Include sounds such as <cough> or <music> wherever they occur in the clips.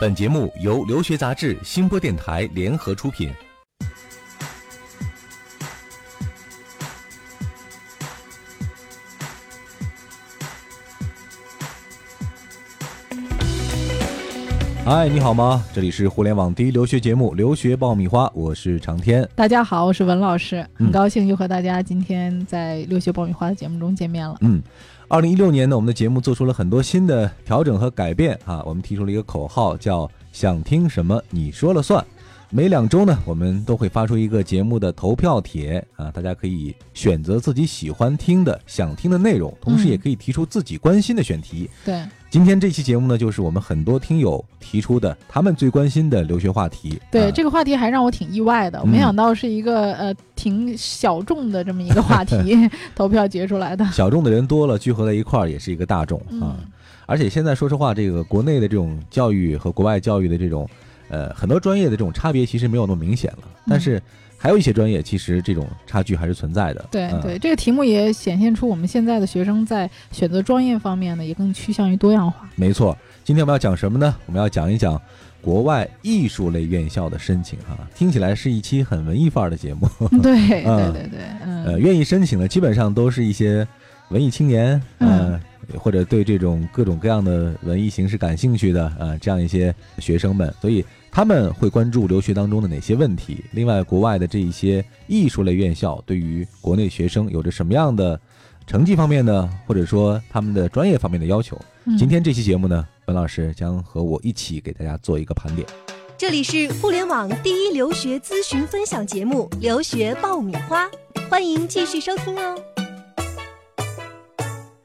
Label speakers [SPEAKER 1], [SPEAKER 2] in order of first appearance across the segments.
[SPEAKER 1] 本节目由留学杂志、新播电台联合出品。嗨，你好吗？这里是互联网第一留学节目《留学爆米花》，我是长天。
[SPEAKER 2] 大家好，我是文老师，
[SPEAKER 1] 嗯
[SPEAKER 2] 很高兴又和大家今天在留学爆米花的节目中见面了。
[SPEAKER 1] 嗯，二零一六年呢，我们的节目做出了很多新的调整和改变啊。我们提出了一个口号，叫“想听什么你说了算”。每两周呢，我们都会发出一个节目的投票帖啊，大家可以选择自己喜欢听的、想听的内容，同时
[SPEAKER 2] 嗯
[SPEAKER 1] 也可以提出自己关心的选题。
[SPEAKER 2] 对，
[SPEAKER 1] 今天这期节目呢，就是我们很多听友提出的他们最关心的留学话题。
[SPEAKER 2] 对，
[SPEAKER 1] 啊
[SPEAKER 2] 这个话题还让我挺意外
[SPEAKER 1] 嗯
[SPEAKER 2] 的，我没想到是一个呃挺小众的这么一个话
[SPEAKER 1] <laughs>
[SPEAKER 2] 题，投票决出来的。
[SPEAKER 1] 小众的人多了，聚合在一块儿也是一个大众啊。
[SPEAKER 2] 嗯，
[SPEAKER 1] 而且现在说实话，这个国内的这种教育和国外教育的这种，呃，很多专业的这种差别其实没有那么明显了，但
[SPEAKER 2] 嗯
[SPEAKER 1] 是还有一些专业其实这种差距还是存在的。
[SPEAKER 2] 对
[SPEAKER 1] 嗯
[SPEAKER 2] 对，这个题目也显现出我们现在的学生在选择专业方面呢，也更趋向于多样化。
[SPEAKER 1] 没错。今天我们要讲什么呢？我们要讲一讲国外艺术类院校的申请哈、听起来是一期很文艺范儿的节目。
[SPEAKER 2] 对
[SPEAKER 1] 啊
[SPEAKER 2] 对对对，
[SPEAKER 1] 呃，
[SPEAKER 2] 嗯，
[SPEAKER 1] 愿意申请的基本上都是一些文艺青年，
[SPEAKER 2] 嗯
[SPEAKER 1] 呃，或者对这种各种各样的文艺形式感兴趣的，呃，这样一些学生们，所以他们会关注留学当中的哪些问题？另外，国外的这一些艺术类院校对于国内学生有着什么样的成绩方面呢，或者说他们的专业方面的要求？
[SPEAKER 2] 嗯
[SPEAKER 1] 今天这期节目呢，文老师将和我一起给大家做一个盘点。
[SPEAKER 3] 这里是互联网第一留学咨询分享节目《留学爆米花》，欢迎继续收听哦。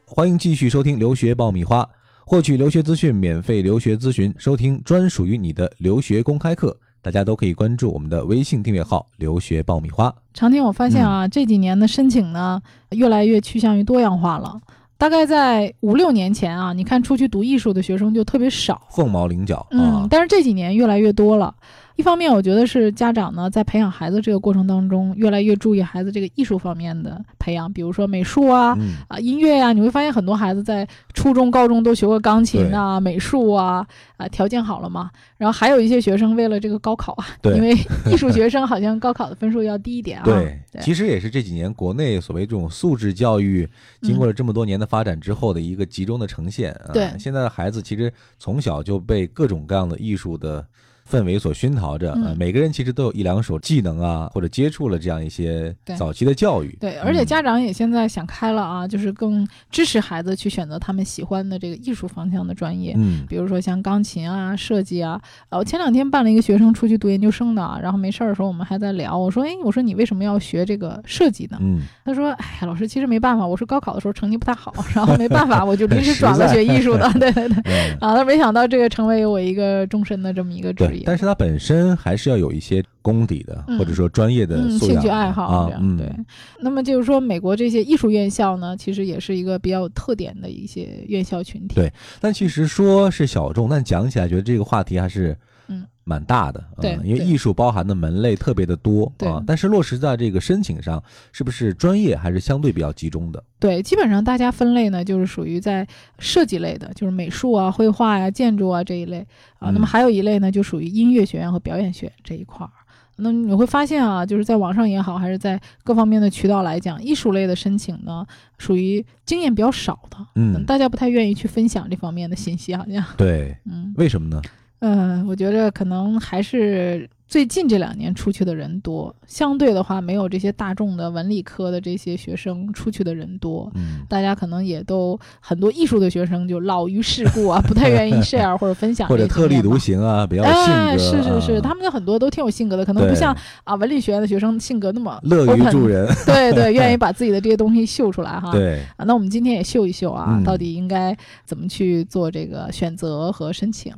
[SPEAKER 1] 欢迎继续收听《留学爆米花》，获取留学资讯、免费留学咨询，收听专属于你的留学公开课。大家都可以关注我们的微信订阅号“留学爆米花
[SPEAKER 2] 常听我发现
[SPEAKER 1] 嗯
[SPEAKER 2] 啊，这几年的申请呢，越来越趋向于多样化了。大概在五六年前啊，你看出去读艺术的学生就特别少”，，
[SPEAKER 1] 凤毛麟角
[SPEAKER 2] 嗯，
[SPEAKER 1] 啊。
[SPEAKER 2] 但是这几年越来越多了。一方面，我觉得是家长呢在培养孩子这个过程当中，越来越注意孩子这个艺术方面的培养，比如说美术啊。
[SPEAKER 1] 嗯，
[SPEAKER 2] 啊，音乐呀、你会发现很多孩子在初中、高中都学过钢琴啊、美术啊，啊，条件好了嘛。然后还有一些学生为了这个高考啊，
[SPEAKER 1] 对
[SPEAKER 2] 因为艺术学生好像高考的分数要低一点啊。
[SPEAKER 1] 对，
[SPEAKER 2] 对
[SPEAKER 1] 其实也是这几年国内所谓这种素质教育，经
[SPEAKER 2] 嗯
[SPEAKER 1] 过了这么多年的发展之后的一个集中的呈现啊。
[SPEAKER 2] 对
[SPEAKER 1] 现在的孩子其实从小就被各种各样的艺术的。氛围所熏陶着，呃
[SPEAKER 2] 嗯
[SPEAKER 1] 每个人其实都有一两手技能啊，或者接触了这样一些
[SPEAKER 2] 对
[SPEAKER 1] 早期的教育。
[SPEAKER 2] 对，而且
[SPEAKER 1] 嗯
[SPEAKER 2] 家长也现在想开了啊，就是更支持孩子去选择他们喜欢的这个艺术方向的专业。
[SPEAKER 1] 嗯，
[SPEAKER 2] 比如说像钢琴啊、设计啊，呃，我前两天办了一个学生出去读研究生的啊，然后没事儿的时候我们还在聊，我说，哎，我说你为什么要学这个设计呢？
[SPEAKER 1] 嗯，
[SPEAKER 2] 他说，哎，老师其实没办法，我是高考的时候成绩不太好，然后没办法，我就临时
[SPEAKER 1] 实
[SPEAKER 2] 转了
[SPEAKER 1] 在
[SPEAKER 2] 学艺术
[SPEAKER 1] <laughs>
[SPEAKER 2] 的，对对对。
[SPEAKER 1] 嗯
[SPEAKER 2] 啊，他没想到这个成为我一个终身的这么一个职
[SPEAKER 1] 对
[SPEAKER 2] 业，，
[SPEAKER 1] 但是它本身还是要有一些功底的，
[SPEAKER 2] 嗯
[SPEAKER 1] 或者说专业的
[SPEAKER 2] 嗯，
[SPEAKER 1] 素
[SPEAKER 2] 兴
[SPEAKER 1] 养
[SPEAKER 2] 趣
[SPEAKER 1] 的
[SPEAKER 2] 爱好
[SPEAKER 1] 啊
[SPEAKER 2] 这，样、
[SPEAKER 1] 嗯，
[SPEAKER 2] 对。那么就是说，美国这些艺术院校呢，其实也是一个比较有特点的一些院校群体。
[SPEAKER 1] 对但其实说是小众，但讲起来觉得这个话题还是
[SPEAKER 2] 嗯
[SPEAKER 1] 蛮大的，啊
[SPEAKER 2] 对
[SPEAKER 1] 因为
[SPEAKER 2] 对
[SPEAKER 1] 艺术包含的门类特别的多
[SPEAKER 2] 对
[SPEAKER 1] 啊。但是落实在这个申请上，是不是专业还是相对比较集中的？
[SPEAKER 2] 对，基本上大家分类呢，就是属于在设计类的，就是美术啊、绘画呀、建筑啊这一类啊。那
[SPEAKER 1] 嗯
[SPEAKER 2] 么还有一类呢，就属于音乐学院和表演学院这一块儿。那么你会发现啊，就是在网上也好，还是在各方面的渠道来讲，艺术类的申请呢，属于经验比较少的，
[SPEAKER 1] 嗯，
[SPEAKER 2] 大家不太愿意去分享这方面的信息，好像，
[SPEAKER 1] 对，
[SPEAKER 2] 嗯
[SPEAKER 1] 为什么呢？
[SPEAKER 2] 嗯、呃我觉着可能还是最近这两年出去的人多，相对的话，没有这些大众的文理科的这些学生出去的人多，
[SPEAKER 1] 嗯，
[SPEAKER 2] 大家可能也都很多艺术的学生就老于世故啊，不太愿意 share 或者分享，
[SPEAKER 1] 或者特立独。行啊，比较性格
[SPEAKER 2] 哎，
[SPEAKER 1] 啊，
[SPEAKER 2] 是是是，他们的很多都挺有性格的，可能
[SPEAKER 1] 对
[SPEAKER 2] 不像啊文理学院的学生性格那么
[SPEAKER 1] 乐于
[SPEAKER 2] open
[SPEAKER 1] 助，人，<laughs>
[SPEAKER 2] 对对，愿意把自己的这些东西秀出来哈。
[SPEAKER 1] 对，
[SPEAKER 2] 啊，那我们今天也秀一秀啊，
[SPEAKER 1] 嗯
[SPEAKER 2] 到底应该怎么去做这个选择和申请？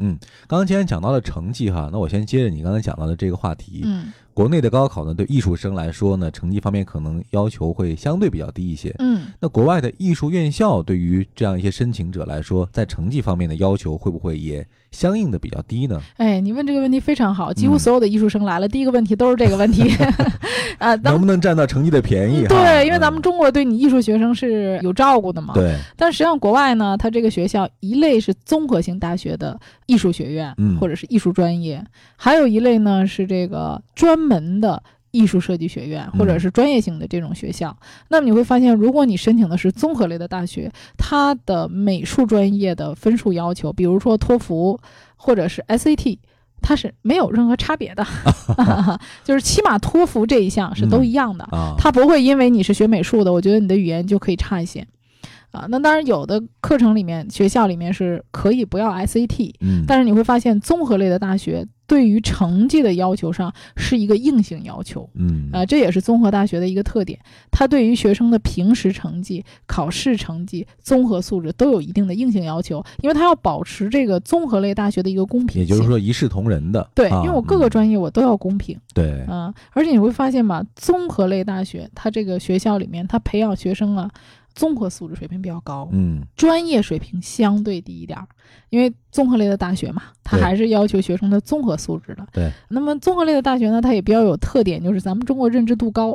[SPEAKER 1] 刚刚既然讲到了成绩哈，那我先接着你刚才讲到的这个话题，
[SPEAKER 2] 嗯
[SPEAKER 1] 国内的高考呢，对艺术生来说呢，成绩方面可能要求会相对比较低一些。
[SPEAKER 2] 嗯，
[SPEAKER 1] 那国外的艺术院校对于这样一些申请者来说，在成绩方面的要求会不会也相应的比较低呢？
[SPEAKER 2] 哎，你问这个问题非常好，几乎
[SPEAKER 1] 嗯
[SPEAKER 2] 所有的艺术生来了，第一个问题都是这个问
[SPEAKER 1] <laughs>
[SPEAKER 2] 题，啊，当
[SPEAKER 1] 能不能占到成绩的便宜哈？
[SPEAKER 2] 对，因为
[SPEAKER 1] 嗯
[SPEAKER 2] 咱们中国对你艺术学生是有照顾的嘛。
[SPEAKER 1] 对，
[SPEAKER 2] 但实际上，国外呢，它这个学校一类是综合性大学的艺术学院，
[SPEAKER 1] 嗯
[SPEAKER 2] 或者是艺术专业；还有一类呢是这个专门的艺术设计学院，
[SPEAKER 1] 嗯
[SPEAKER 2] 或者是专业性的这种学校。那么你会发现，如果你申请的是综合类的大学，它的美术专业的分数要求，比如说托福或者是 SAT。它是没有任何差
[SPEAKER 1] <laughs>
[SPEAKER 2] 别的， <laughs> 就是起码托福这一项是都一样的，
[SPEAKER 1] 啊，
[SPEAKER 2] 它不会因为你是学美术的，我觉得你的语言就可以差一些。啊，那当然，有的课程里面、学校里面是可以不要 SAT，
[SPEAKER 1] 嗯，
[SPEAKER 2] 但是你会发现，综合类的大学对于成绩的要求上是一个硬性要求。
[SPEAKER 1] 嗯
[SPEAKER 2] 啊，这也是综合大学的一个特点，呃它对于学生的平时成绩、考试成绩、综合素质都有一定的硬性要求，因为它要保持这个综合类大学的一个公平性。
[SPEAKER 1] 也就是说一视同仁的，
[SPEAKER 2] 对，
[SPEAKER 1] 啊
[SPEAKER 2] 因为我各个
[SPEAKER 1] 嗯
[SPEAKER 2] 专业我都要公平。
[SPEAKER 1] 对，
[SPEAKER 2] 嗯，而且你会发现吧，综合类大学它这个学校里面，它培养学生啊，综合素质水平比较高，
[SPEAKER 1] 嗯
[SPEAKER 2] 专业水平相对低一点儿，因为综合类的大学嘛，它
[SPEAKER 1] 对
[SPEAKER 2] 还是要求学生的综合素质的。
[SPEAKER 1] 对，
[SPEAKER 2] 那么综合类的大学呢，它也比较有特点，就是咱们中国认知度高，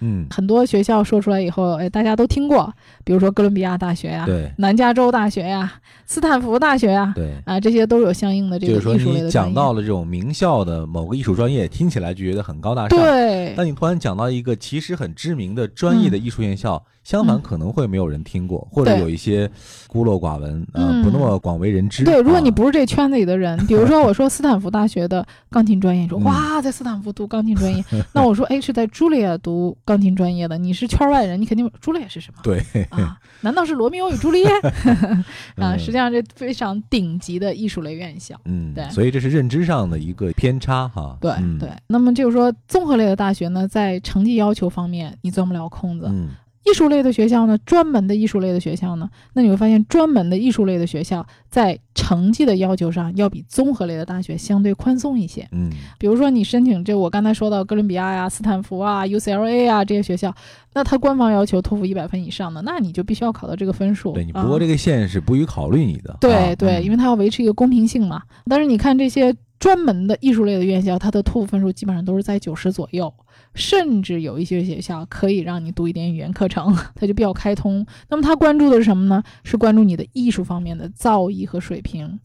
[SPEAKER 1] 嗯，
[SPEAKER 2] 很多学校说出来以后，哎，大家都听过，比如说哥伦比亚大学呀、
[SPEAKER 1] 对
[SPEAKER 2] 南加州大学呀、斯坦福大学呀、
[SPEAKER 1] 对。
[SPEAKER 2] 啊，这些都有相应的这
[SPEAKER 1] 就
[SPEAKER 2] 个
[SPEAKER 1] 是说，
[SPEAKER 2] 艺术类的
[SPEAKER 1] 你
[SPEAKER 2] 专
[SPEAKER 1] 讲
[SPEAKER 2] 业。
[SPEAKER 1] 到了这种名校的某个艺术专业，听起来就觉得很高大上。
[SPEAKER 2] 对，
[SPEAKER 1] 但你突然讲到一个其实很知名的专业的艺术院校，相反
[SPEAKER 2] 嗯
[SPEAKER 1] 可能会没有人听过，或者
[SPEAKER 2] 对
[SPEAKER 1] 有一些孤陋寡闻，呃，
[SPEAKER 2] 嗯
[SPEAKER 1] 不那么广为人知。
[SPEAKER 2] 对，如果你
[SPEAKER 1] 啊
[SPEAKER 2] 不是这圈子里的人，比如说我说斯坦福大学的钢琴专业，你说
[SPEAKER 1] 嗯
[SPEAKER 2] 哇，在斯坦福读钢琴专业，那我说哎是在茱莉亚读钢琴专业的，你是圈外人，你肯定茱莉亚是什么？
[SPEAKER 1] 对
[SPEAKER 2] 啊，难道是罗密欧与朱
[SPEAKER 1] <laughs>
[SPEAKER 2] 丽叶啊？
[SPEAKER 1] 嗯
[SPEAKER 2] 实际上这非常顶级的艺术类院校。
[SPEAKER 1] 嗯，
[SPEAKER 2] 对
[SPEAKER 1] 所以这是认知上的一个偏差哈。
[SPEAKER 2] 对、
[SPEAKER 1] 嗯
[SPEAKER 2] 对，，那么就是说，综合类的大学呢，在成绩要求方面你钻不了空子；
[SPEAKER 1] 嗯
[SPEAKER 2] 艺术类的学校呢，专门的艺术类的学校呢，那你会发现，专门的艺术类的学校在成绩的要求上要比综合类的大学相对宽松一些。
[SPEAKER 1] 嗯
[SPEAKER 2] 比如说你申请这我刚才说到哥伦比亚呀、斯坦福啊、UCLA 啊这些学校，那它官方要求托福一百分以上的，那你就必须要考到这个分数。
[SPEAKER 1] 对你不
[SPEAKER 2] 啊
[SPEAKER 1] 过这个线是不予考虑你的。
[SPEAKER 2] 对
[SPEAKER 1] 啊
[SPEAKER 2] 对，
[SPEAKER 1] 嗯
[SPEAKER 2] 因为它要维持一个公平性嘛。但是你看这些专门的艺术类的院校，它的托福分数基本上都是在九十左右，甚至有一些学校可以让你读一点语言课程， <laughs> 它就比较开通。那么它关注的是什么呢？是关注你的艺术方面的造诣和水平，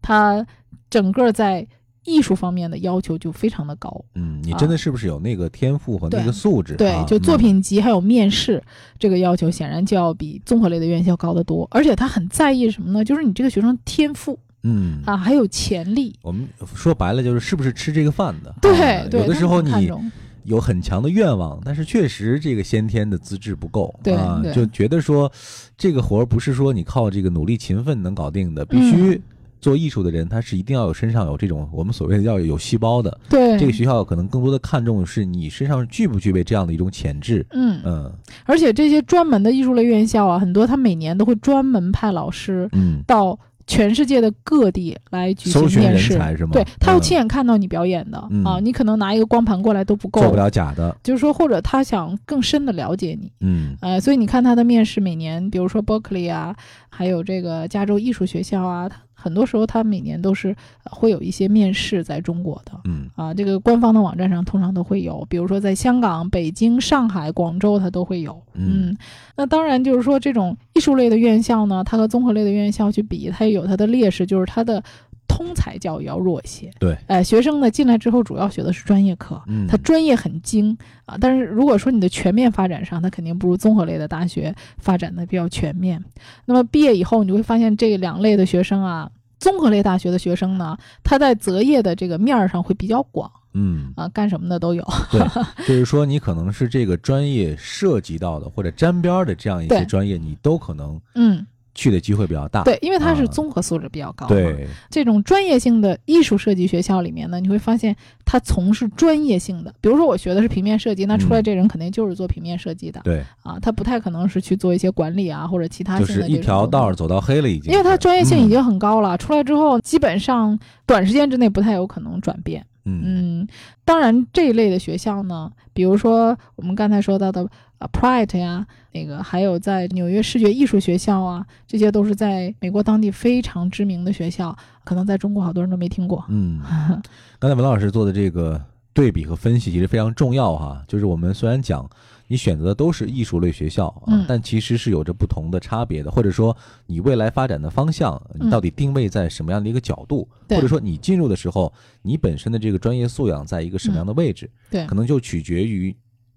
[SPEAKER 2] 它整个在艺术方面的要求就非常的高。
[SPEAKER 1] 嗯，你
[SPEAKER 2] 啊
[SPEAKER 1] 真的是不是有那个天赋和那
[SPEAKER 2] 对
[SPEAKER 1] 个素质啊？
[SPEAKER 2] 对，就作
[SPEAKER 1] 嗯
[SPEAKER 2] 品集还有面试，这个要求显然就要比综合类的院校高得多。而且他很在意什么呢？就是你这个学生天赋
[SPEAKER 1] 嗯
[SPEAKER 2] 啊，还有潜力。
[SPEAKER 1] 我们呃说白了就是是不是吃这个饭的？啊
[SPEAKER 2] 对对，
[SPEAKER 1] 有的
[SPEAKER 2] 他
[SPEAKER 1] 时候
[SPEAKER 2] 很看
[SPEAKER 1] 你
[SPEAKER 2] 重
[SPEAKER 1] 有很强的愿望，但是确实这个先天的资质不够，
[SPEAKER 2] 对
[SPEAKER 1] 啊，
[SPEAKER 2] 对
[SPEAKER 1] 就觉得说这个活儿不是说你靠这个努力勤奋能搞定的，必须
[SPEAKER 2] 嗯
[SPEAKER 1] 做艺术的人他是一定要有身上有这种我们所谓的要有细胞的。
[SPEAKER 2] 对
[SPEAKER 1] 这个学校可能更多的看重是你身上具不具备这样的一种潜质。
[SPEAKER 2] 嗯，
[SPEAKER 1] 嗯
[SPEAKER 2] 而且这些专门的艺术类院校啊，很多他每年都会专门派老师
[SPEAKER 1] 嗯，
[SPEAKER 2] 到全世界的各地来举
[SPEAKER 1] 搜
[SPEAKER 2] 行
[SPEAKER 1] 寻
[SPEAKER 2] 面
[SPEAKER 1] 人
[SPEAKER 2] 试。
[SPEAKER 1] 才是吗？
[SPEAKER 2] 对他要
[SPEAKER 1] 嗯
[SPEAKER 2] 亲眼看到你表演的、
[SPEAKER 1] 嗯
[SPEAKER 2] 啊，你可能拿一个光盘过来都不够，
[SPEAKER 1] 做不了假的。
[SPEAKER 2] 就是说，或者他想更深的了解你，
[SPEAKER 1] 嗯
[SPEAKER 2] 呃，所以你看他的面试，每年比如说 Berkeley 啊，还有这个加州艺术学校啊，他很多时候他每年都是呃会有一些面试在中国的
[SPEAKER 1] 嗯
[SPEAKER 2] 啊，这个官方的网站上通常都会有，比如说在香港、北京、上海、广州，它都会有。
[SPEAKER 1] 嗯
[SPEAKER 2] 那当然就是说，这种艺术类的院校呢，它和综合类的院校去比，它也有它的劣势，就是它的通才教育要弱一些。
[SPEAKER 1] 对，
[SPEAKER 2] 哎、学生呢进来之后主要学的是专业课，
[SPEAKER 1] 嗯，
[SPEAKER 2] 它专业很精啊，但是如果说你的全面发展上，它肯定不如综合类的大学发展的比较全面。那么毕业以后，你就会发现这两类的学生啊，综合类大学的学生呢，他在择业的这个面儿上会比较广
[SPEAKER 1] 嗯，
[SPEAKER 2] 啊，干什么的都
[SPEAKER 1] <laughs>
[SPEAKER 2] 有。
[SPEAKER 1] 就是说，你可能是这个专业涉及到的或者沾边儿的这样一些
[SPEAKER 2] 对
[SPEAKER 1] 专业，你都可能
[SPEAKER 2] 嗯，
[SPEAKER 1] 去的机会比较大。
[SPEAKER 2] 对，因为它
[SPEAKER 1] 啊
[SPEAKER 2] 是综合素质比较高嘛。
[SPEAKER 1] 对，
[SPEAKER 2] 这种专业性的艺术设计学校里面呢，你会发现他从事专业性的，比如说我学的是平面设计，那出来
[SPEAKER 1] 嗯
[SPEAKER 2] 这人肯定就是做平面设计的、
[SPEAKER 1] 对，
[SPEAKER 2] 啊，他不太可能是去做一些管理啊或者其他
[SPEAKER 1] 就
[SPEAKER 2] 性的
[SPEAKER 1] 是
[SPEAKER 2] 这
[SPEAKER 1] 一
[SPEAKER 2] 种
[SPEAKER 1] 条
[SPEAKER 2] 工
[SPEAKER 1] 道
[SPEAKER 2] 作
[SPEAKER 1] 儿走到黑了，已经是。
[SPEAKER 2] 因为它专业性已
[SPEAKER 1] 嗯
[SPEAKER 2] 经很高了，出来之后基本上短时间之内不太有可能转变
[SPEAKER 1] 嗯
[SPEAKER 2] 嗯，当然这一类的学校呢，比如说我们刚才说到的啊 Pratt 呀，那个还有在纽约视觉艺术学校啊，这些都是在美国当地非常知名的学校，可能在中国好多人都没听过。
[SPEAKER 1] 嗯，
[SPEAKER 2] <laughs>
[SPEAKER 1] 刚才文老师做的这个对比和分析其实非常重要哈，就是我们虽然讲你选择的都是艺术类学校啊，
[SPEAKER 2] 嗯
[SPEAKER 1] 但其实是有着不同的差别的，或者说你未来发展的方向，你到底定位在什么样的一个角度，
[SPEAKER 2] 嗯对
[SPEAKER 1] 或者说你进入的时候，你本身的这个专业素养在一个
[SPEAKER 2] 嗯
[SPEAKER 1] 什么样的位置，
[SPEAKER 2] 对
[SPEAKER 1] 可能就取决于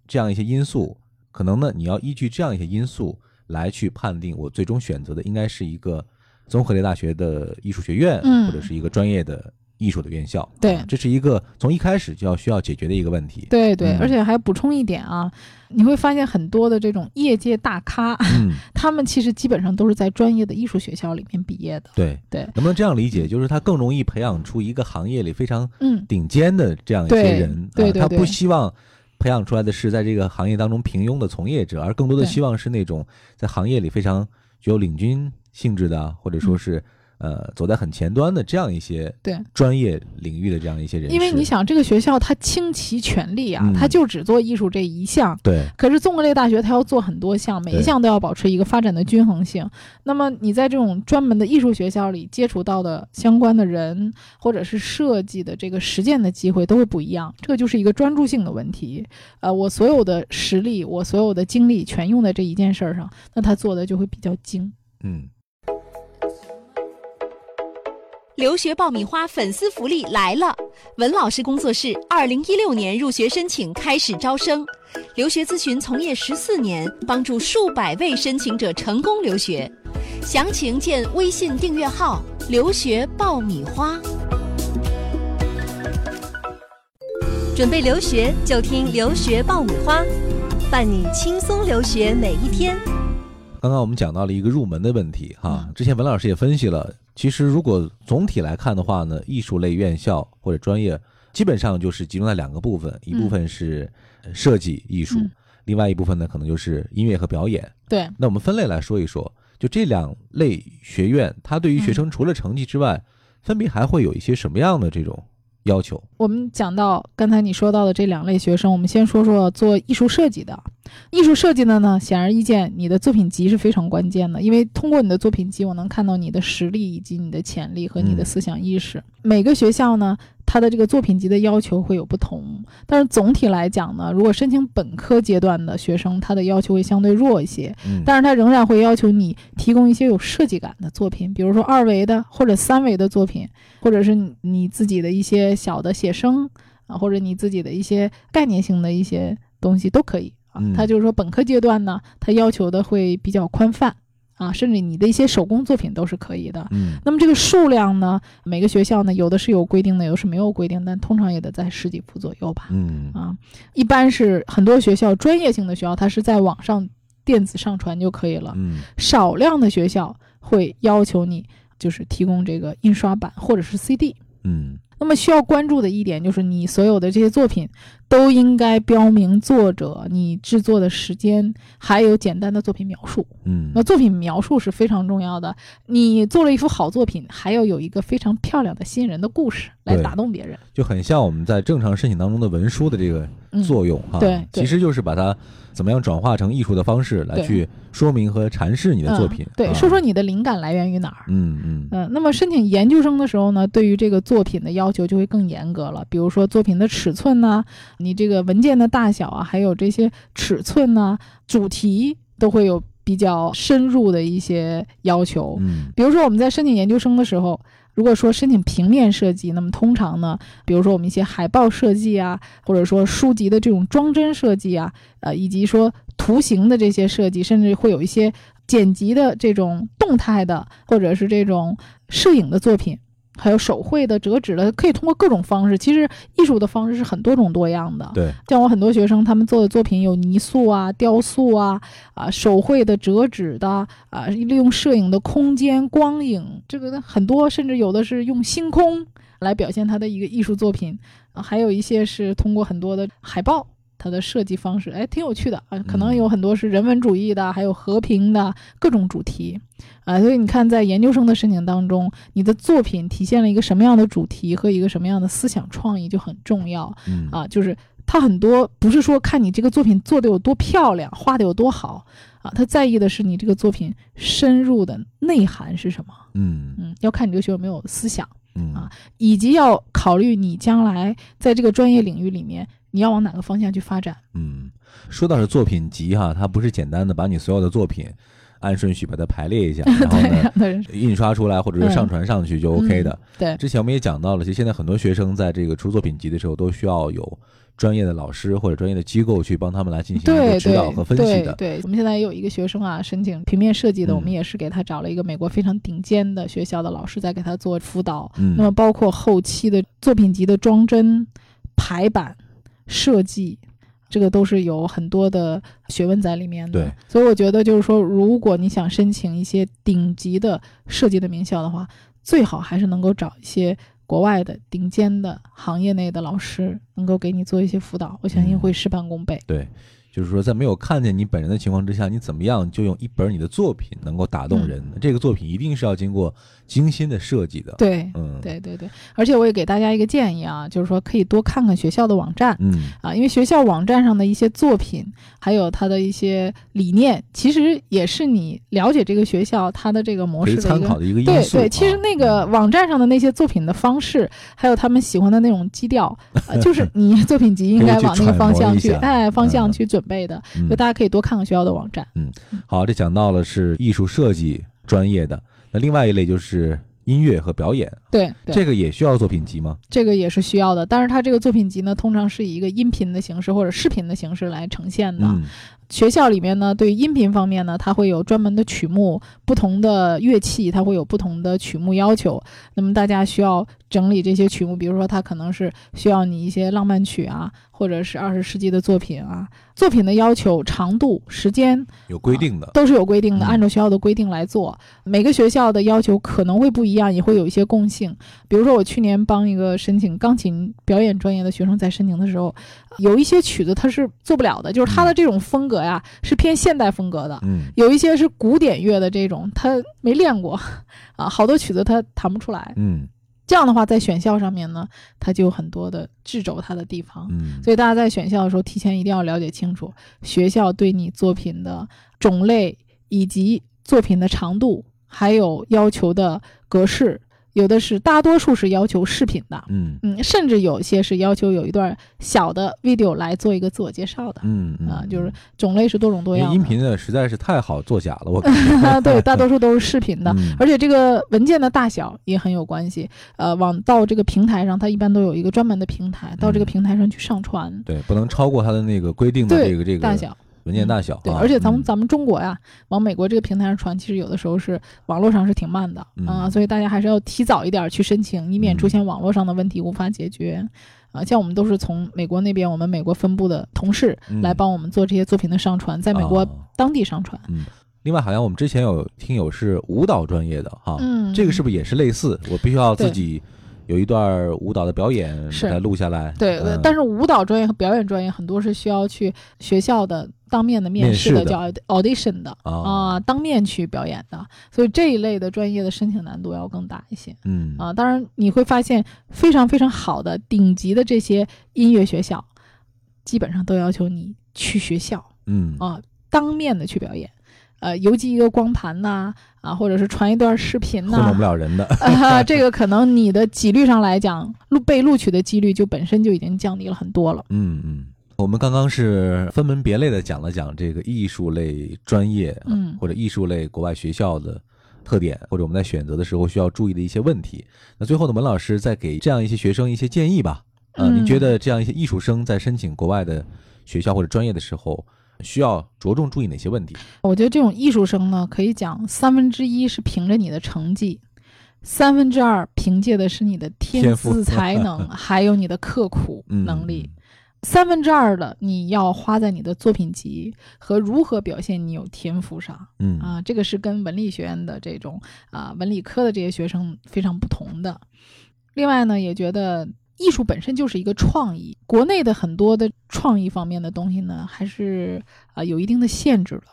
[SPEAKER 1] 这样一些因素，可能呢你要依据这样一些因素来去判定我最终选择的应该是一个综合类大学的艺术学院，
[SPEAKER 2] 嗯
[SPEAKER 1] 或者是一个专业的艺术的院校。
[SPEAKER 2] 对
[SPEAKER 1] 啊这是一个从一开始就要需要解决的一个问
[SPEAKER 2] <laughs>
[SPEAKER 1] 题。
[SPEAKER 2] 对对，
[SPEAKER 1] 嗯
[SPEAKER 2] 而且还补充一点啊，你会发现很多的这种业界大咖， <laughs>
[SPEAKER 1] 嗯，
[SPEAKER 2] 他们其实基本上都是在专业的艺术学校里面毕业的。
[SPEAKER 1] 对
[SPEAKER 2] 对
[SPEAKER 1] 能不能这样理解？就是他更容易培养出一个行业里非常
[SPEAKER 2] 嗯，
[SPEAKER 1] 顶尖的这样一些
[SPEAKER 2] 对
[SPEAKER 1] 人，
[SPEAKER 2] 对
[SPEAKER 1] 啊、
[SPEAKER 2] 对
[SPEAKER 1] 他
[SPEAKER 2] 对
[SPEAKER 1] 不希望培养出来的是在这个行业当中平庸的从业者，而更多的
[SPEAKER 2] 对
[SPEAKER 1] 希望是那种在行业里非常具有领军性质的啊，或者说是、呃走在很前端的这样一些
[SPEAKER 2] 对
[SPEAKER 1] 专业领域的这样一些人士。
[SPEAKER 2] 因为你想，这个学校它倾其全力啊
[SPEAKER 1] 嗯，
[SPEAKER 2] 它就只做艺术这一项，
[SPEAKER 1] 对，
[SPEAKER 2] 可是综合类大学它要做很多项，每
[SPEAKER 1] 对
[SPEAKER 2] 一项都要保持一个发展的均衡性。那么你在这种专门的艺术学校里接触到的相关的人，或者是设计的这个实践的机会都会不一样，这就是一个专注性的问题。呃，我所有的实力，我所有的精力全用在这一件事儿上，那他做的就会比较精。
[SPEAKER 1] 嗯。
[SPEAKER 3] 留学爆米花粉丝福利来了！文老师工作室二零一六年入学申请开始招生，留学咨询从业十四年，帮助数百位申请者成功留学。详情见微信订阅号“留学爆米花”。准备留学就听留学爆米花，伴你轻松留学每一天。
[SPEAKER 1] 刚刚我们讲到了一个入门的问题哈
[SPEAKER 2] 嗯，
[SPEAKER 1] 之前文老师也分析了，其实如果总体来看的话呢，艺术类院校或者专业基本上就是集中在两个部分，一部分是呃设计艺术
[SPEAKER 2] 嗯，
[SPEAKER 1] 另外一部分呢可能就是呃音乐和表演。
[SPEAKER 2] 对，
[SPEAKER 1] 那我们分类来说一说，就这两类学院，它对于学生除了成绩之外，分别还会有一些什么样的这种要求？
[SPEAKER 2] 我们讲到刚才你说到的这两类学生，我们先说说做艺术设计的。艺术设计的呢，显而易见，你的作品集是非常关键的，因为通过你的作品集，我能看到你的实力以及你的潜力和你的
[SPEAKER 1] 嗯
[SPEAKER 2] 思想意识。每个学校呢，它的这个作品集的要求会有不同，但是总体来讲呢，如果申请本科阶段的学生，他的要求会相对弱一些，
[SPEAKER 1] 嗯，
[SPEAKER 2] 但是它仍然会要求你提供一些有设计感的作品，比如说二维的或者三维的作品，或者是你你自己的一些小的写生啊，或者你自己的一些概念性的一些东西都可以啊
[SPEAKER 1] 嗯。
[SPEAKER 2] 它就是说本科阶段呢，它要求的会比较宽泛啊，甚至你的一些手工作品都是可以的。
[SPEAKER 1] 嗯
[SPEAKER 2] 那么这个数量呢，每个学校呢，有的是有规定的，有的是没有规定，但通常也得在十几幅左右吧。
[SPEAKER 1] 嗯
[SPEAKER 2] 啊，一般是很多学校专业性的学校，它是在网上电子上传就可以了。
[SPEAKER 1] 嗯
[SPEAKER 2] 少量的学校会要求你就是提供这个印刷版或者是 CD。
[SPEAKER 1] 嗯
[SPEAKER 2] 那么需要关注的一点就是，你所有的这些作品都应该标明作者、你制作的时间，还有简单的作品描述。
[SPEAKER 1] 嗯
[SPEAKER 2] 那作品描述是非常重要的。你做了一幅好作品，还要有一个非常漂亮的、吸引人的故事来
[SPEAKER 1] 对
[SPEAKER 2] 打动别人。
[SPEAKER 1] 就很像我们在正常申请当中的文书的这个
[SPEAKER 2] 嗯，
[SPEAKER 1] 作用哈、
[SPEAKER 2] 对对
[SPEAKER 1] 其实就是把它怎么样转化成艺术的方式来
[SPEAKER 2] 对
[SPEAKER 1] 去说明和阐释你的作品。
[SPEAKER 2] 嗯、对，
[SPEAKER 1] 啊
[SPEAKER 2] 说说你的灵感来源于哪儿？
[SPEAKER 1] 嗯嗯
[SPEAKER 2] 嗯，那么申请研究生的时候呢，对于这个作品的要求就会更严格了，比如说作品的尺寸呐、你这个文件的大小啊，还有这些尺寸呐、主题都会有比较深入的一些要求。
[SPEAKER 1] 嗯
[SPEAKER 2] 比如说我们在申请研究生的时候，如果说申请平面设计，那么通常呢，比如说我们一些海报设计啊，或者说书籍的这种装帧设计啊，呃，以及说图形的这些设计，甚至会有一些剪辑的这种动态的，或者是这种摄影的作品。还有手绘的、折纸的，可以通过各种方式。其实艺术的方式是很多种多样的。
[SPEAKER 1] 对，
[SPEAKER 2] 像我很多学生，他们做的作品有泥塑啊、雕塑啊、啊手绘的、折纸的啊，利用摄影的空间、光影，这个很多，甚至有的是用星空来表现他的一个艺术作品，啊还有一些是通过很多的海报它的设计方式，哎，挺有趣的啊。可能有很多是人文主义的，还有和平的各种主题啊。所以你看，在研究生的申请当中，你的作品体现了一个什么样的主题和一个什么样的思想创意就很重要
[SPEAKER 1] 嗯
[SPEAKER 2] 啊。就是他很多不是说看你这个作品做的有多漂亮，画的有多好啊，他在意的是你这个作品深入的内涵是什么。
[SPEAKER 1] 嗯
[SPEAKER 2] 嗯，要看你这个学有没有思想。
[SPEAKER 1] 嗯
[SPEAKER 2] 啊以及要考虑你将来在这个专业领域里面，你要往哪个方向去发展。
[SPEAKER 1] 嗯，说到是作品集哈，它不是简单的把你所有的作品按顺序把它排列一下，然后
[SPEAKER 2] <laughs> 对，
[SPEAKER 1] 呢
[SPEAKER 2] 让他人
[SPEAKER 1] 印刷出来或者是上传上去就 OK 的。
[SPEAKER 2] 嗯对，
[SPEAKER 1] 之前我们也讲到了，其实现在很多学生在这个出作品集的时候，都需要有专业的老师或者专业的机构去帮他们来进行一个
[SPEAKER 2] 对
[SPEAKER 1] 指导和分析的。
[SPEAKER 2] 对对，我们现在也有一个学生啊，申请平面设计的，
[SPEAKER 1] 嗯
[SPEAKER 2] 我们也是给他找了一个美国非常顶尖的学校的老师在给他做辅导。
[SPEAKER 1] 嗯
[SPEAKER 2] 那么包括后期的作品集的装帧、排版、设计。这个都是有很多的学问在里面的，
[SPEAKER 1] 对
[SPEAKER 2] 所以我觉得就是说，如果你想申请一些顶级的设计的名校的话，最好还是能够找一些国外的顶尖的行业内的老师，能够给你做一些辅导，我相信
[SPEAKER 1] 嗯
[SPEAKER 2] 会事半功倍。
[SPEAKER 1] 对，就是说在没有看见你本人的情况之下，你怎么样就用一本你的作品能够打
[SPEAKER 2] 嗯
[SPEAKER 1] 动人？这个作品一定是要经过精心的设计的。，
[SPEAKER 2] 对，
[SPEAKER 1] 嗯，，
[SPEAKER 2] 对对对，而且我也给大家一个建议啊，就是说可以多看看学校的网站
[SPEAKER 1] 嗯
[SPEAKER 2] 啊，因为学校网站上的一些作品，还有它的一些理念，其实也是你了解这个学校它的这个模
[SPEAKER 1] 可以
[SPEAKER 2] 式的
[SPEAKER 1] 参
[SPEAKER 2] 一
[SPEAKER 1] 考
[SPEAKER 2] 个。
[SPEAKER 1] 的一个因
[SPEAKER 2] 对
[SPEAKER 1] 素啊。
[SPEAKER 2] 对，其实那个网站上的那些作品的方式，还有他们喜欢的那种基调，呃、就是你作品集应
[SPEAKER 1] 可以
[SPEAKER 2] 该
[SPEAKER 1] 去
[SPEAKER 2] 往那个
[SPEAKER 1] 揣
[SPEAKER 2] 方
[SPEAKER 1] 摩
[SPEAKER 2] 向
[SPEAKER 1] 一
[SPEAKER 2] 去，
[SPEAKER 1] 下
[SPEAKER 2] 哎，方向
[SPEAKER 1] 嗯
[SPEAKER 2] 去准备的。
[SPEAKER 1] 嗯
[SPEAKER 2] 所以大家可以多看看学校的网站。
[SPEAKER 1] 好，这讲到了是艺术设计专业的，那另外一类就是音乐和表演，
[SPEAKER 2] 对对，
[SPEAKER 1] 这个也需要作品集吗？
[SPEAKER 2] 这个也是需要的。但是它这个作品集呢，通常是以一个音频的形式或者视频的形式来呈现的。
[SPEAKER 1] 嗯
[SPEAKER 2] 学校里面呢，对于音频方面呢，它会有专门的曲目，不同的乐器它会有不同的曲目要求。那么大家需要整理这些曲目，比如说它可能是需要你一些浪漫曲啊，或者是二十世纪的作品啊。作品的要求、长度、时间
[SPEAKER 1] 有规定的。
[SPEAKER 2] 都是有规定的，
[SPEAKER 1] 嗯
[SPEAKER 2] 按照学校的规定来做。每个学校的要求可能会不一样，也会有一些共性。比如说，我去年帮一个申请钢琴表演专业的学生在申请的时候，有一些曲子他是做不了的，就是他的这种风格呀是偏现代风格的。
[SPEAKER 1] 嗯
[SPEAKER 2] 有一些是古典乐的这种，他没练过，啊，好多曲子他弹不出来。
[SPEAKER 1] 嗯
[SPEAKER 2] 这样的话，在选校上面呢，他就有很多的制肘他的地方。
[SPEAKER 1] 嗯，
[SPEAKER 2] 所以大家在选校的时候，提前一定要了解清楚学校对你作品的种类以及作品的长度，还有要求的格式。有的是大多数是要求视频的，
[SPEAKER 1] 嗯
[SPEAKER 2] 嗯，甚至有些是要求有一段小的 video 来做一个自我介绍的。
[SPEAKER 1] 嗯嗯
[SPEAKER 2] 啊，就是种类是多种多
[SPEAKER 1] 因
[SPEAKER 2] 样
[SPEAKER 1] 为
[SPEAKER 2] 的。
[SPEAKER 1] 音频 <laughs> 呢实在是太好作假
[SPEAKER 2] <laughs>
[SPEAKER 1] 了，我感觉。
[SPEAKER 2] 对，大多数都是视频的，
[SPEAKER 1] 嗯
[SPEAKER 2] 而且这个文件的大小也很有关系。呃，往到这个平台上，它一般都有一个专门的平台，到这个
[SPEAKER 1] 嗯
[SPEAKER 2] 平台上去上传。
[SPEAKER 1] 对，不能超过它的那个规定的
[SPEAKER 2] 对
[SPEAKER 1] 这个这个
[SPEAKER 2] 大小
[SPEAKER 1] 文件大小啊。
[SPEAKER 2] 对，而且咱们
[SPEAKER 1] 嗯
[SPEAKER 2] 咱们中国呀，往美国这个平台上传，其实有的时候是网络上是挺慢的
[SPEAKER 1] 嗯
[SPEAKER 2] 啊，所以大家还是要提早一点去申请，以免
[SPEAKER 1] 嗯
[SPEAKER 2] 出现网络上的问题无法解决。啊，像我们都是从美国那边，我们美国分部的同事
[SPEAKER 1] 嗯
[SPEAKER 2] 来帮我们做这些作品的上传，在美国
[SPEAKER 1] 啊
[SPEAKER 2] 当地上传。
[SPEAKER 1] 另外，好像我们之前有听友是舞蹈专业的哈，
[SPEAKER 2] 嗯
[SPEAKER 1] 这个是不是也是类似？我必须要自
[SPEAKER 2] 对
[SPEAKER 1] 己有一段舞蹈的表演
[SPEAKER 2] 是
[SPEAKER 1] 把它录下来。
[SPEAKER 2] 对，呃
[SPEAKER 1] 嗯
[SPEAKER 2] 但是舞蹈专业和表演专业很多是需要去学校的当面的面
[SPEAKER 1] 面
[SPEAKER 2] 试
[SPEAKER 1] 试的
[SPEAKER 2] 的，叫 audition 的
[SPEAKER 1] 啊，
[SPEAKER 2] 啊、当面去表演的，所以这一类的专业的申请难度要更大一些。
[SPEAKER 1] 嗯
[SPEAKER 2] 啊，当然你会发现非常非常好的顶级的这些音乐学校，基本上都要求你去学校
[SPEAKER 1] 嗯
[SPEAKER 2] 啊，当面的去表演，呃，邮寄一个光盘呐、啊，或者是传一段视频
[SPEAKER 1] 糊
[SPEAKER 2] 呐、
[SPEAKER 1] 弄不了人的。
[SPEAKER 2] 啊，这个可能你的几率上来讲，录被录取的几率就本身就已经降低了很多了。
[SPEAKER 1] 嗯嗯，我们刚刚是分门别类的讲了讲这个艺术类专业，啊
[SPEAKER 2] 嗯
[SPEAKER 1] 或者艺术类国外学校的特点，或者我们在选择的时候需要注意的一些问题。那最后呢，文老师再给这样一些学生一些建议吧。呃，您
[SPEAKER 2] 嗯
[SPEAKER 1] 觉得这样一些艺术生在申请国外的学校或者专业的时候，需要着重注意哪些问题？
[SPEAKER 2] 我觉得这种艺术生呢，可以讲三分之一是凭着你的成绩，三分之二凭借的是你的天
[SPEAKER 1] 天赋
[SPEAKER 2] 资才
[SPEAKER 1] <laughs>
[SPEAKER 2] 能，还有你的刻苦
[SPEAKER 1] 嗯，
[SPEAKER 2] 能力。三分之二的你要花在你的作品集和如何表现你有天赋上
[SPEAKER 1] 嗯，
[SPEAKER 2] 啊，这个是跟文理学院的这种啊文理科的这些学生非常不同的。另外呢，也觉得艺术本身就是一个创意，国内的很多的创意方面的东西呢，还是啊、呃有一定的限制的。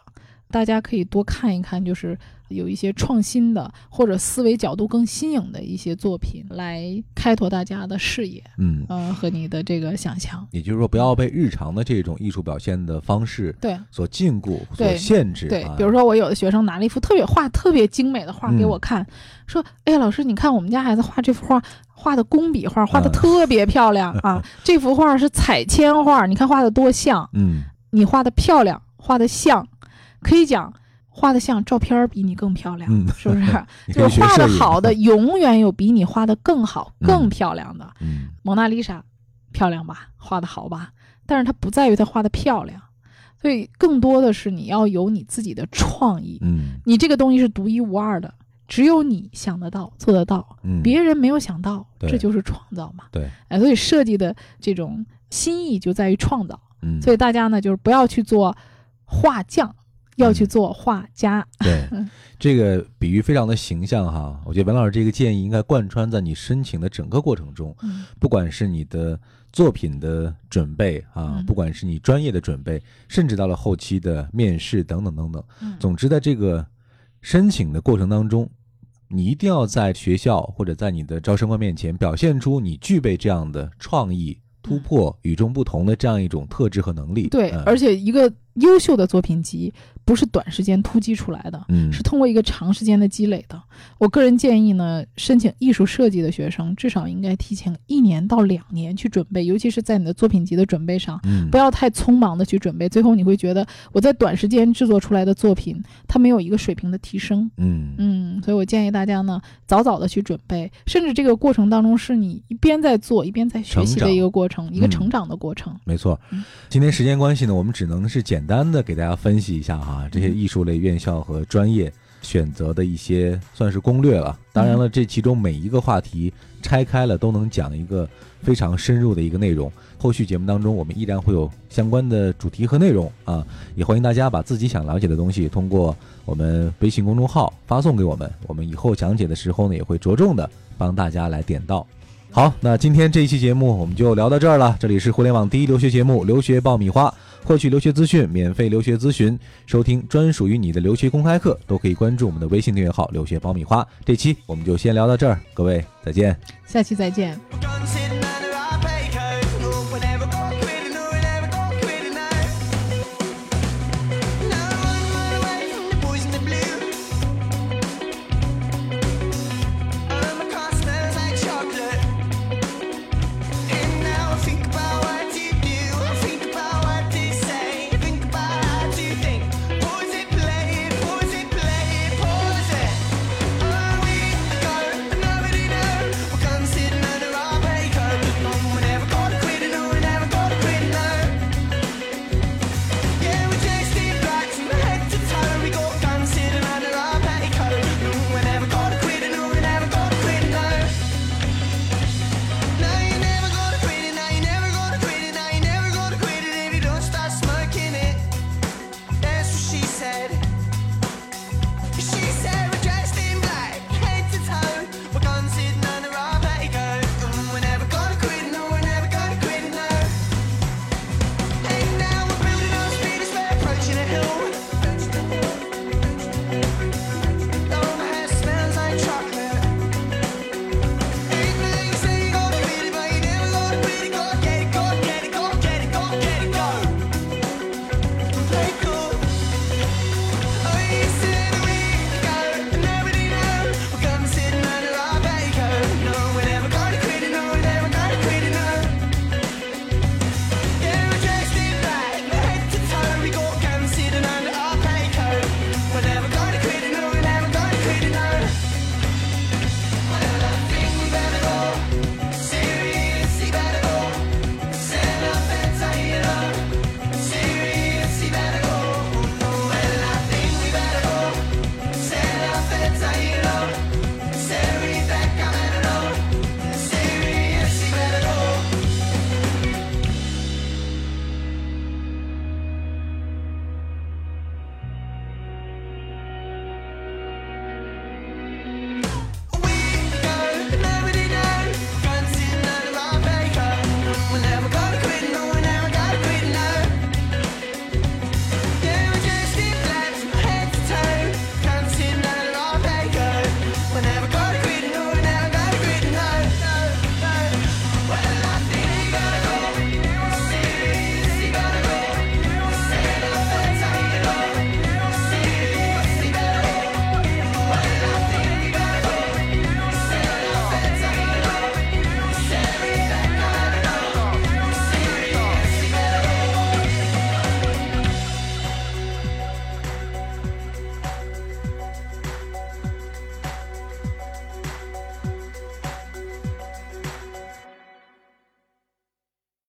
[SPEAKER 2] 大家可以多看一看，就是有一些创新的或者思维角度更新颖的一些作品，来开拓大家的视野，
[SPEAKER 1] 嗯，
[SPEAKER 2] 呃，和你的这个想象。
[SPEAKER 1] 也就是说，不要被日常的这种艺术表现的方式
[SPEAKER 2] 对
[SPEAKER 1] 所禁锢、
[SPEAKER 2] 对
[SPEAKER 1] 所限制、
[SPEAKER 2] 对
[SPEAKER 1] 啊。，
[SPEAKER 2] 比如说我有的学生拿了一幅特别画特别精美的画
[SPEAKER 1] 嗯
[SPEAKER 2] 给我看，说：“哎呀，老师，你看我们家孩子画这幅画，画的工笔画，画的
[SPEAKER 1] 嗯
[SPEAKER 2] 特别
[SPEAKER 1] <laughs>
[SPEAKER 2] 漂亮啊！这幅画是彩铅画，你看画的多像，
[SPEAKER 1] 嗯，
[SPEAKER 2] 你画的漂亮，画的像，可以讲画的像，照片儿比你更漂亮，
[SPEAKER 1] 嗯
[SPEAKER 2] 是不是？
[SPEAKER 1] <laughs> 你可
[SPEAKER 2] 就
[SPEAKER 1] 以
[SPEAKER 2] 是
[SPEAKER 1] 学
[SPEAKER 2] 画的
[SPEAKER 1] 摄影 <laughs>
[SPEAKER 2] 好的，永远有比你画的更好、
[SPEAKER 1] 嗯
[SPEAKER 2] 更漂亮的。
[SPEAKER 1] 嗯
[SPEAKER 2] 蒙娜丽莎漂亮吧，画的好吧，但是它不在于它画的漂亮，所以更多的是你要有你自己的创意，
[SPEAKER 1] 嗯
[SPEAKER 2] 你这个东西是独一无二的，只有你想得到、做得到，
[SPEAKER 1] 嗯，
[SPEAKER 2] 别人没有想到，
[SPEAKER 1] 对
[SPEAKER 2] 这就是创造嘛。
[SPEAKER 1] 对，
[SPEAKER 2] 哎，所以设计的这种心意就在于创造，
[SPEAKER 1] 嗯，
[SPEAKER 2] 所以大家呢就是不要去做画匠，要去做画家。
[SPEAKER 1] <laughs> 对
[SPEAKER 2] 嗯，
[SPEAKER 1] 这个比喻非常的形象哈。我觉得文老师这个建议应该贯穿在你申请的整个过程中，
[SPEAKER 2] 嗯
[SPEAKER 1] 不管是你的作品的准备啊
[SPEAKER 2] 嗯，
[SPEAKER 1] 不管是你专业的准备，甚至到了后期的面试等等等等。
[SPEAKER 2] 嗯
[SPEAKER 1] 总之，在这个申请的过程当中，你一定要在学校或者在你的招生官面前表现出你具备这样的创意、突破、与众不同的这样一种特质和能力。
[SPEAKER 2] 嗯对，
[SPEAKER 1] 嗯
[SPEAKER 2] 而且一个优秀的作品集不是短时间突击出来的，
[SPEAKER 1] 嗯
[SPEAKER 2] 是通过一个长时间的积累的。我个人建议呢，申请艺术设计的学生至少应该提前一年到两年去准备，尤其是在你的作品集的准备上，
[SPEAKER 1] 嗯
[SPEAKER 2] 不要太匆忙的去准备，最后你会觉得我在短时间制作出来的作品，它没有一个水平的提升。
[SPEAKER 1] 嗯
[SPEAKER 2] 嗯，所以我建议大家呢，早早的去准备，甚至这个过程当中是你一边在做一边在学习
[SPEAKER 1] 成
[SPEAKER 2] 的
[SPEAKER 1] 长
[SPEAKER 2] 一个过程，一个
[SPEAKER 1] 嗯
[SPEAKER 2] 成长的过程。
[SPEAKER 1] 没错
[SPEAKER 2] 嗯，
[SPEAKER 1] 今天时间关系呢，我们只能是简单的给大家分析一下哈，这些艺术类院校和专业选择的一些算是攻略了。当然了，这其中每一个话题拆开了都能讲一个非常深入的一个内容。后续节目当中，我们依然会有相关的主题和内容啊，也欢迎大家把自己想了解的东西通过我们微信公众号发送给我们，我们以后讲解的时候呢，也会着重的帮大家来点到。好，那今天这一期节目我们就聊到这儿了。这里是互联网第一留学节目《留学爆米花》，获取留学资讯、免费留学咨询、收听专属于你的留学公开课，都可以关注我们的微信订阅号“留学爆米花”。这期我们就先聊到这儿，各位再见。
[SPEAKER 2] 下期再见。
[SPEAKER 4] guns hidden